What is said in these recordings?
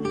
만나보시라요.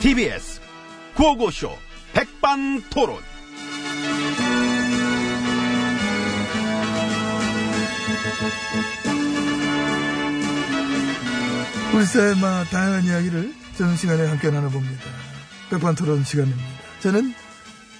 TBS 구호고쇼 백반토론. 우리 사회의 마- 다양한 이야기를 저는 시간에 함께 나눠봅니다. 백반 토론 시간입니다. 저는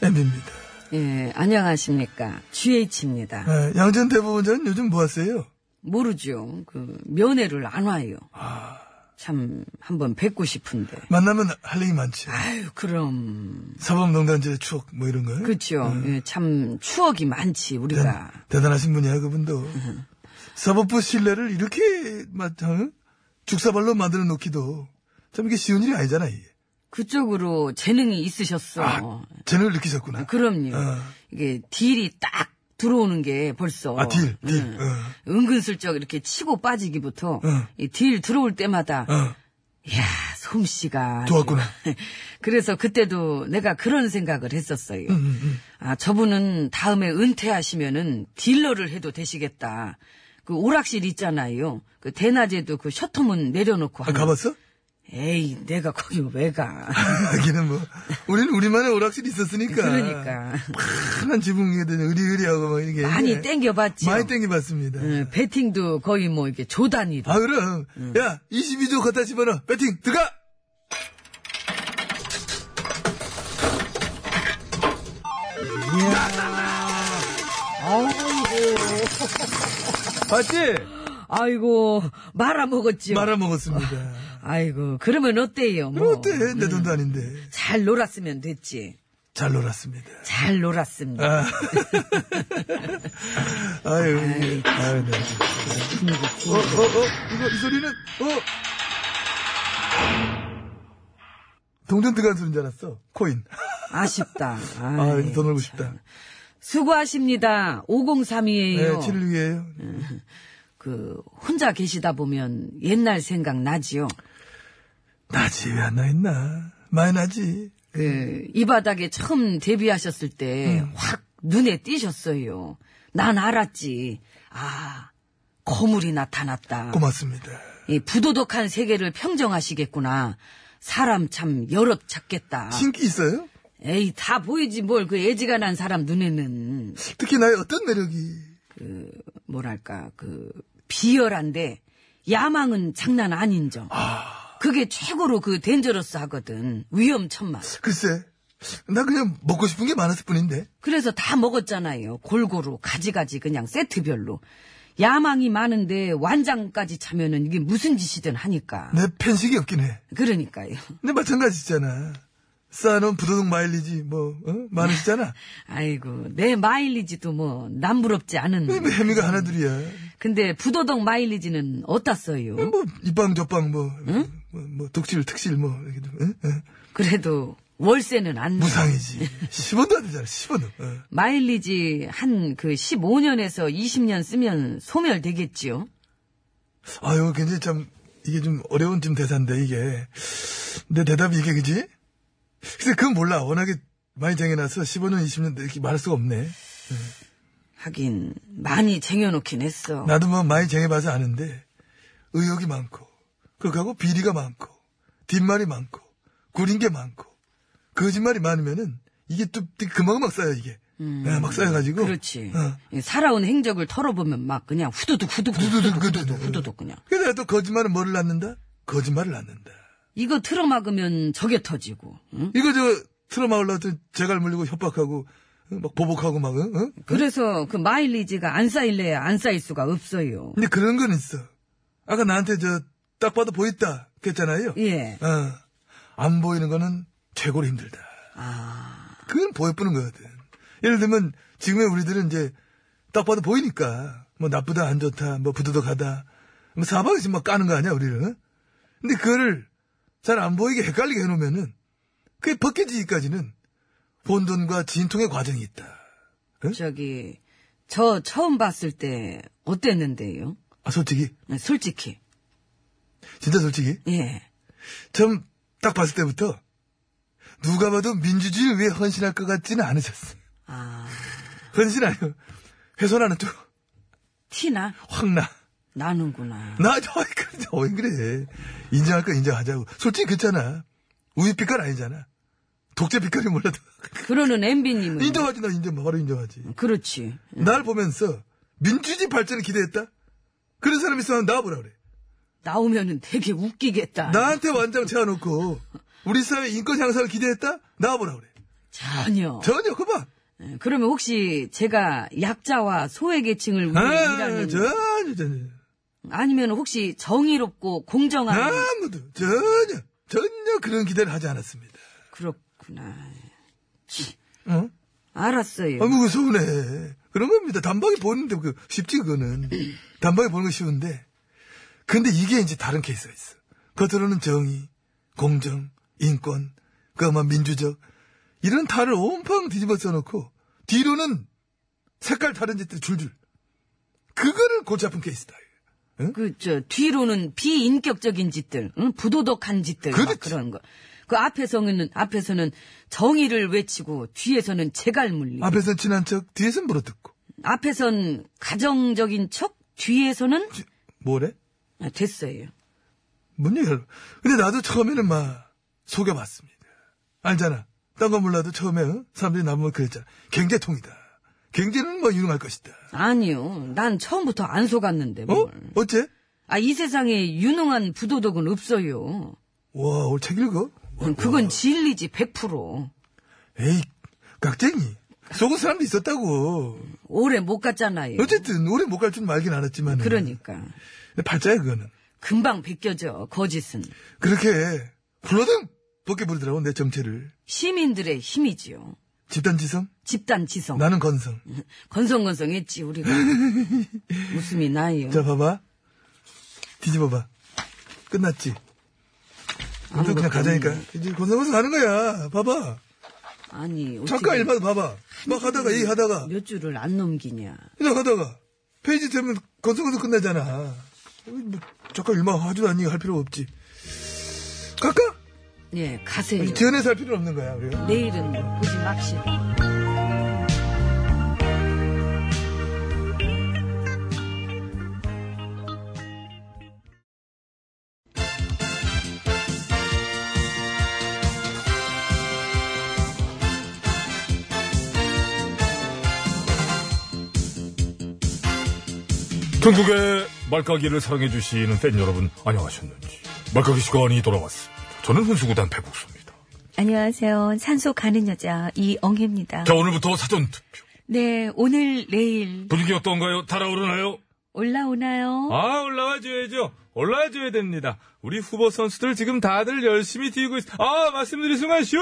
엠비입니다. 예, 안녕하십니까. GH입니다. 아, 양전 대법원장은 요즘 뭐 하세요? 모르죠. 그, 면회를 안 와요. 아. 참, 한번 뵙고 싶은데. 만나면 할 얘기 많지. 아유, 그럼. 사법농단제 추억 뭐 이런 거요? 그쵸. 예, 참, 추억이 많지, 우리가. 네. 대단하신 분이야 그분도. 사법부 신뢰를 이렇게 막 어? 죽사발로 만들어 놓기도 참 이게 쉬운 일이 아니잖아 이게. 그쪽으로 재능이 있으셨어. 아, 재능을 느끼셨구나. 그럼요. 어. 이게 딜이 딱 들어오는 게 벌써. 아, 딜, 딜. 음, 어. 은근슬쩍 이렇게 치고 빠지기부터 어. 이 딜 들어올 때마다 어, 이야 솜씨가 아주. 좋았구나. 그래서 그때도 내가 그런 생각을 했었어요. 음, 음, 음. 아, 저분은 다음에 은퇴하시면은 딜러를 해도 되시겠다. 그 오락실 있잖아요. 그 대낮에도 그 셔터문 내려놓고. 아, 하는- 가봤어? 에이, 내가 거기 왜 가. 여기는 뭐 우리는 우리만의 오락실이 있었으니까. 그러니까. 한 지붕 위에 대는 의리의리하고 막 이렇게 많이 네. 땡겨봤지. 많이 땡겨봤습니다. 응, 배팅도 거의 뭐 이게 조단위로. 아 그럼 야 22조 갖다 집어넣어 배팅 들어가 봤지? 아이고, 말아먹었지요. 말아먹었습니다. 아이고, 그러면 어때요? 그럼 뭐. 어때? 내 돈도 아닌데. 잘 놀았으면 됐지. 잘 놀았습니다. 잘 놀았습니다. 아. 아유. 아유, 네. 어, 어, 어, 이거, 이 소리는, 어! 동전 들어간 소리인 줄 알았어. 코인. 아쉽다. 아, 아이, 예. 이제 더 놀고 싶다. 수고하십니다. 5032에요. 네, 치를 위해요. 그 혼자 계시다 보면 옛날 생각 나지요. 나지, 왜 안 나있나. 많이 나지. 그 이 바닥에 처음 데뷔하셨을 때 확 눈에 띄셨어요. 난 알았지. 아 거물이 나타났다. 고맙습니다. 이 부도덕한 세계를 평정하시겠구나. 사람 참 여럿 찾겠다. 신기 있어요? 에이 다 보이지 뭘 그 애지간한 사람 눈에는 특히 나의 어떤 매력이. 그 뭐랄까 그 비열한데 야망은 장난 아닌 점. 그게 최고로 그 덴저러스 하거든 위험천만. 글쎄, 나 그냥 먹고 싶은 게 많았을 뿐인데. 그래서 다 먹었잖아요 골고루 가지가지 그냥 세트별로. 야망이 많은데 완장까지 차면은 이게 무슨 짓이든 하니까. 내 편식이 없긴 해. 그러니까요. 근데 마찬가지잖아. 쌓아놓은 부도덕 마일리지, 뭐, 어? 많으시잖아. 음. 아이고 내 마일리지도 뭐 남부럽지 뭐 않은. 혜미가 하나 둘이야. 근데 부도덕 마일리지는 어떻어요? 뭐, 이빵, 저빵, 뭐, 뭐, 뭐, 독실, 특실, 뭐, 이렇게 좀, 어? 어? 그래도 월세는 안. 나. 무상이지. 10원도 안 되잖아, 10원. 어. 마일리지 한 그 15년에서 20년 쓰면 소멸되겠지요. 아, 아유, 굉장히 참, 이게 좀 어려운 좀 대사인데, 이게. 내 대답이 이게, 그지? 글쎄, 그건 몰라. 워낙에 많이 쟁여놔서 15년, 20년 이렇게 말할 수가 없네. 하긴 많이 쟁여놓긴 했어. 나도 뭐 많이 쟁여봐서 아는데, 의욕이 많고, 그거하고 비리가 많고, 뒷말이 많고, 구린 게 많고, 거짓말이 많으면은, 이게 또 되게 금방금방 쌓여, 이게. 네, 막 쌓여가지고. 음. 그렇지. 어. 이 살아온 행적을 털어보면 막 그냥 후두둑 후두둑 후두둑, 후두둑 후두둑 후두둑. 후두둑 그냥. 그래서 또 거짓말은 뭐를 낳는다? 거짓말을 낳는다. 이거 틀어막으면 저게 터지고. 응? 이거 저, 트라마 올라왔더니 제갈 물리고 협박하고, 어, 막 보복하고 막, 응? 응? 그래서 그 마일리지가 안 쌓일래야 안 쌓일 수가 없어요. 근데 그런 건 있어. 아까 나한테 저, 딱 봐도 보였다. 그랬잖아요. 예. 어, 안 보이는 거는 최고로 힘들다. 그건 보여보는 거거든. 예를 들면, 지금의 우리들은 이제, 딱 봐도 보이니까, 뭐 나쁘다, 안 좋다, 뭐 부도덕하다, 뭐 사방에서 막 까는 거 아니야, 우리는? 근데 그거를 잘 안 보이게 헷갈리게 해놓으면은, 그게 벗겨지기까지는 혼돈과 진통의 과정이 있다. 저기 저 처음 봤을 때 어땠는데요? 아, 솔직히, 솔직히. 진짜 솔직히, 예. 처음 딱 봤을 때부터, 누가 봐도 민주주의를 위해 헌신할 것 같지는 않으셨어. 아 헌신 아니요. 훼손하는 쪽. 티나 확 나. 나는구나. 나, 저, 그래, 저, 왜 그래. 인정할 거 인정하자고. 솔직히 그렇잖아. 우유 빛깔 아니잖아. 독재 빛깔이 몰라도. 그러는 엠비님은 인정하지, 나 인정, 바로 인정하지. 그렇지. 날 보면서 민주주의 발전을 기대했다? 그런 사람 있으면 나와보라 그래. 나오면은 되게 웃기겠다. 나한테 완장 채워놓고, 우리 사회 인권 향상을 기대했다? 나와보라 그래. 전혀. 전혀, 그만. 예, 그러면 혹시 제가 약자와 소외 계층을 위해 아, 일하는 전혀, 전혀. 아니면 혹시 정의롭고 공정한 네? 아무도, 전혀, 전혀 그런 기대를 하지 않았습니다. 그렇구나. 어? 알았어요. 아이고, 그 서운해. 그런 겁니다. 단박에 보는데 그 쉽지, 그거는. 단박에 보는 거 쉬운데. 근데 이게 이제 다른 케이스가 있어. 겉으로는 정의, 공정, 인권, 그만 민주적, 이런 탈을 온팡 뒤집어 써놓고, 뒤로는 색깔 다른 짓들 줄줄. 그거를 골치 아픈 케이스다. 그 저 뒤로는 비인격적인 짓들, 응? 부도덕한 짓들 막 그렇지. 그런 거. 그 앞에서는 앞에서는 정의를 외치고 뒤에서는 재갈 물리. 앞에선 친한 척, 뒤에선 물어뜯고. 앞에선 가정적인 척, 뒤에서는 지- 뭐래? 아, 됐어요. 뭔 얘기를. 근데 나도 처음에는 막, 속여봤습니다. 알잖아. 딴 건 몰라도 처음에, 어? 사람들이 나보면 그랬잖아. 경제통이다. 경제는 뭐 유능할 것이다. 아니요. 난 처음부터 안 속았는데 어? 뭘. 어째? 아, 이 세상에 유능한 부도덕은 없어요. 와, 오늘 책 읽어? 와, 그건 진리지 100%. 에이, 깍쟁이. 속은 사람도 있었다고. 오래 못 갔잖아요. 어쨌든, 오래 못 갈 줄 알긴 알았지만. 예. 그러니까 발자야, 그거는. 금방 벗겨져 거짓은 그렇게, 불러등! 벗게 부르더라고, 내 정체를. 시민들의 힘이지요. 집단지성? 집단 지성. 나는 건성. 건성건성했지 우리가 웃음이 나요. 자, 봐봐. 뒤집어봐. 끝났지? 아무것도 우리도 그냥 가자니까. 없네. 이제 건너면서 가는 거야. 봐봐. 아니 어떻게 잠깐 일만 봐봐. 막 하다가, 이 하다가, 몇 줄을 안 넘기냐. 이나 하다가, 페이지 되면 건너면서 끝나잖아. 뭐, 잠깐 일만 하지도 않니? 할 필요 없지. 갈까? 예 가세요. 지연해서 할 필요 는 없는 거야, 우리가. 내일은 뭐 보지 맙시다. 전국의 말까기를 사랑해주시는 팬 여러분, 안녕하셨는지. 말까기 시간이 돌아왔습니다. 저는 훈수구단 배국수입니다. 안녕하세요. 산소 가는 여자 이엉입니다. 자, 오늘부터 사전 투표. 네, 오늘 내일 분위기 어떤가요? 달아오르나요? 올라오나요? 아, 올라와줘야죠. 올라와줘야 됩니다. 우리 후보 선수들 지금 다들 열심히 뛰고 있, 아, 말씀드린 순간 슛! 슈!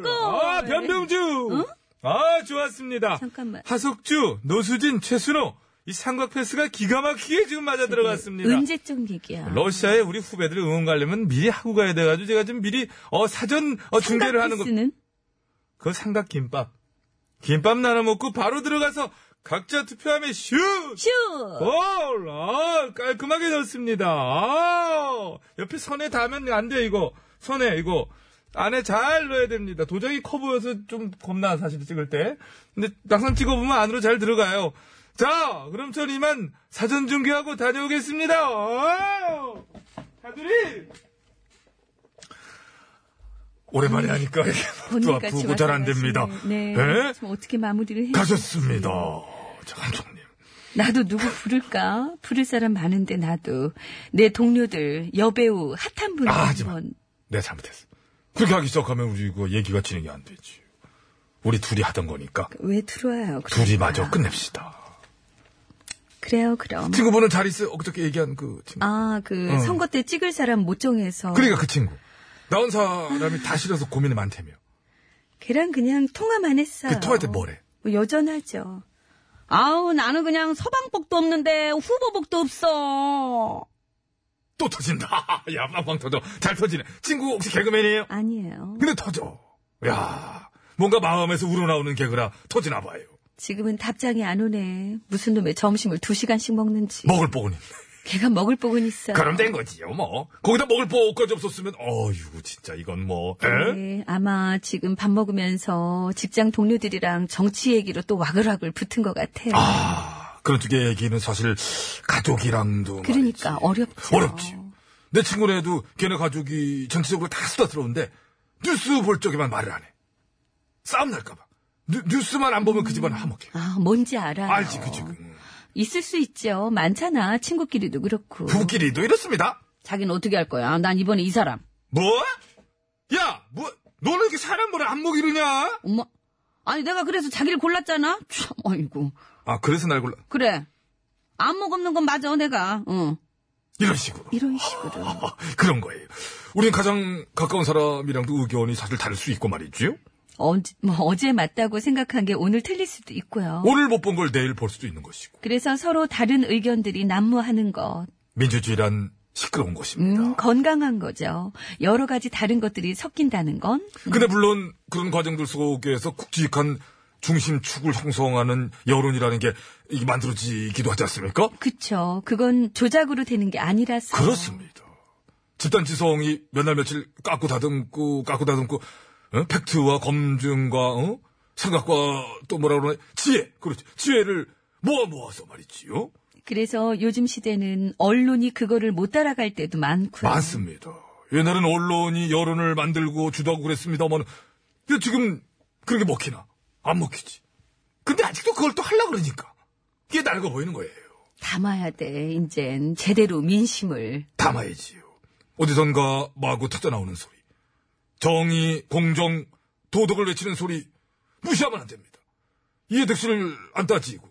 골! 아, 골! 변병주! 아, 좋았습니다. 잠깐만. 하석주, 노수진, 최순호. 이 삼각 패스가 기가 막히게 지금 맞아 들어갔습니다. 네, 음, 언제적 얘기야? 러시아에 우리 후배들 응원 가려면 미리 하고 가야 돼가지고 제가 지금 미리 어 사전 어, 중계를 하는 거. 삼각피스는? 그 삼각 김밥. 김밥 나눠 먹고 바로 들어가서 각자 투표하면 슛! 슈! 골! 아, 깔끔하게 넣습니다. 아, 옆에 선에 닿으면 안 돼, 이거. 선에, 이거. 안에 잘 넣어야 됩니다. 도장이 커 보여서 좀 겁나 사실 찍을 때. 근데 막상 찍어보면 안으로 잘 들어가요. 자, 그럼 전 이만 사전 준비하고 다녀오겠습니다. 어! 다들이 오랜만에 하니까 이게 또 본인까지 아프고 와서 잘 안 됩니다. 말씀을. 네. 예? 지금 어떻게 마무리를 해야 가셨습니다. 자, 감독님. 나도 누구 부를까? 부를 사람 많은데 나도 내 동료들 여배우 핫한 분 아, 하지 마. 한번 내가 잘못했어. 그렇게 하기 시작하면 우리 그 얘기가 진행이 안 되지. 우리 둘이 하던 거니까 왜 들어와요? 그러니까. 둘이 마저 끝냅시다. 그래요, 그럼. 친구분은 잘 있어요? 어저께 얘기한 그 친구. 아, 그 어. 선거 때 찍을 사람 못 정해서 그러니까 그 친구. 나온 사람이 다 싫어서 고민이 많다며. 걔랑 그냥 통화만 했어요. 그 통화할 때 뭐래? 뭐 여전하죠. 아우, 나는 그냥 서방복도 없는데 후보복도 없어. 또 터진다. 야, 빵빵 터져. 잘 터지네. 친구 혹시 개그맨이에요? 아니에요. 근데 터져. 야, 뭔가 마음에서 우러나오는 개그라 터지나 봐요. 지금은 답장이 안 오네. 무슨 놈의 점심을 두 시간씩 먹는지. 먹을 뽀은 있네. 걔가 먹을 복은 있어. 뭐? 그럼 된 거지요, 뭐. 거기다 먹을 뽀까지 없었으면, 어유 진짜 이건 뭐. 에? 네, 아마 지금 밥 먹으면서 직장 동료들이랑 정치 얘기로 또 와글와글 붙은 것 같아요. 아, 그런 쪽의 얘기는 사실 가족이랑도 그러니까 말이지. 어렵죠. 어렵지요. 내 친구네도 걔네 가족이 전체적으로 다 수다스러운데 뉴스 볼 적에만 말을 안 해. 싸움 날까봐. 뉴, 뉴스만 안 보면 그 집안 화목해. 아, 뭔지 알아. 알지, 그지. 그. 음. 있을 수 있죠. 많잖아. 친구끼리도 그렇고. 부부끼리도 이렇습니다. 자기는 어떻게 할 거야? 난 이번에 이 사람. 뭐? 야, 뭐, 너는 이렇게 사람 보를 안목 이러냐? 엄마. 아니, 내가 그래서 자기를 골랐잖아? 참, 아이고. 아, 그래서 날 골라. 그래. 안목 없는 건 맞아, 내가. 응. 이런 식으로. 이런 식으로. 아, 그런 거예요. 우린 가장 가까운 사람이랑도 의견이 사실 다를 수 있고 말이지요. 언제, 뭐 어제 맞다고 생각한 게 오늘 틀릴 수도 있고요. 오늘 못 본 걸 내일 볼 수도 있는 것이고. 그래서 서로 다른 의견들이 난무하는 것. 민주주의란 시끄러운 것입니다. 음, 건강한 거죠. 여러 가지 다른 것들이 섞인다는 건. 근데 물론 그런 과정들 속에서 굵직한 중심축을 형성하는 여론이라는 게 이게 만들어지기도 하지 않습니까? 그쵸. 그건 조작으로 되는 게 아니라서. 그렇습니다. 집단 지성이 몇 날 며칠 깎고 다듬고 깎고 다듬고 어? 팩트와 검증과 어? 생각과 또 뭐라 그러나 지혜 그렇지 지혜를 모아 모아서 말이지요. 그래서 요즘 시대는 언론이 그거를 못 따라갈 때도 많고요. 맞습니다. 옛날엔 언론이 여론을 만들고 주도하고 그랬습니다만 지금 그렇게 먹히나 안 먹히지. 근데 아직도 그걸 또 하려고 그러니까 이게 낡아 보이는 거예요. 담아야 돼. 이젠 제대로 민심을. 담아야지요. 어디선가 마구 터져나오는 소리. 정의, 공정, 도덕을 외치는 소리 무시하면 안 됩니다. 이해득실을 안 따지고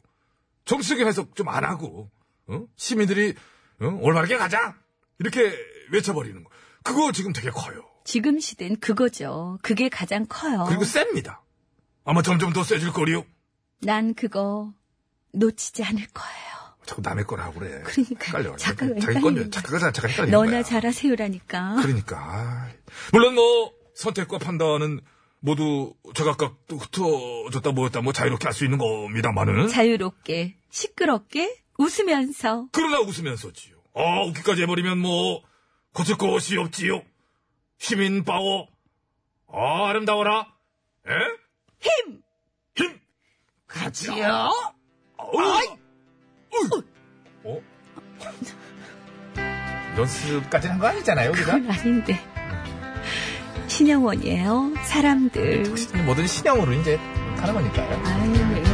정치적인 해석 좀 안 하고 어? 시민들이 어? 올바르게 가자 이렇게 외쳐버리는 거. 그거 지금 되게 커요. 지금 시대는 그거죠. 그게 가장 커요. 그리고 셉니다. 아마 점점 더 세질 거리요. 난 그거 놓치지 않을 거예요. 자꾸 남의 거라 하고 그래. 그러니까 헷갈려. 자꾸 자기 건데 헷갈리는 자기가 자- 자기가 헷갈리는 너나 거야. 잘하세요라니까. 그러니까. 아이. 물론 뭐, 선택과 판단은 모두 제각각 또 흩어졌다 모였다 뭐 자유롭게 할 수 있는 겁니다만은. 자유롭게, 시끄럽게, 웃으면서. 그러나 웃으면서지요. 아, 웃기까지 해버리면 뭐, 거칠 것이 없지요. 시민 파워. 아, 아름다워라. 에? 힘! 힘! 가지요? 어이! 어? 연습까지는 한 거 아니잖아요, 우리가? 그건 아닌데. 음. 신영원이에요. 사람들. 뭐든 신형으로 이제 하는 거니까요. 아유.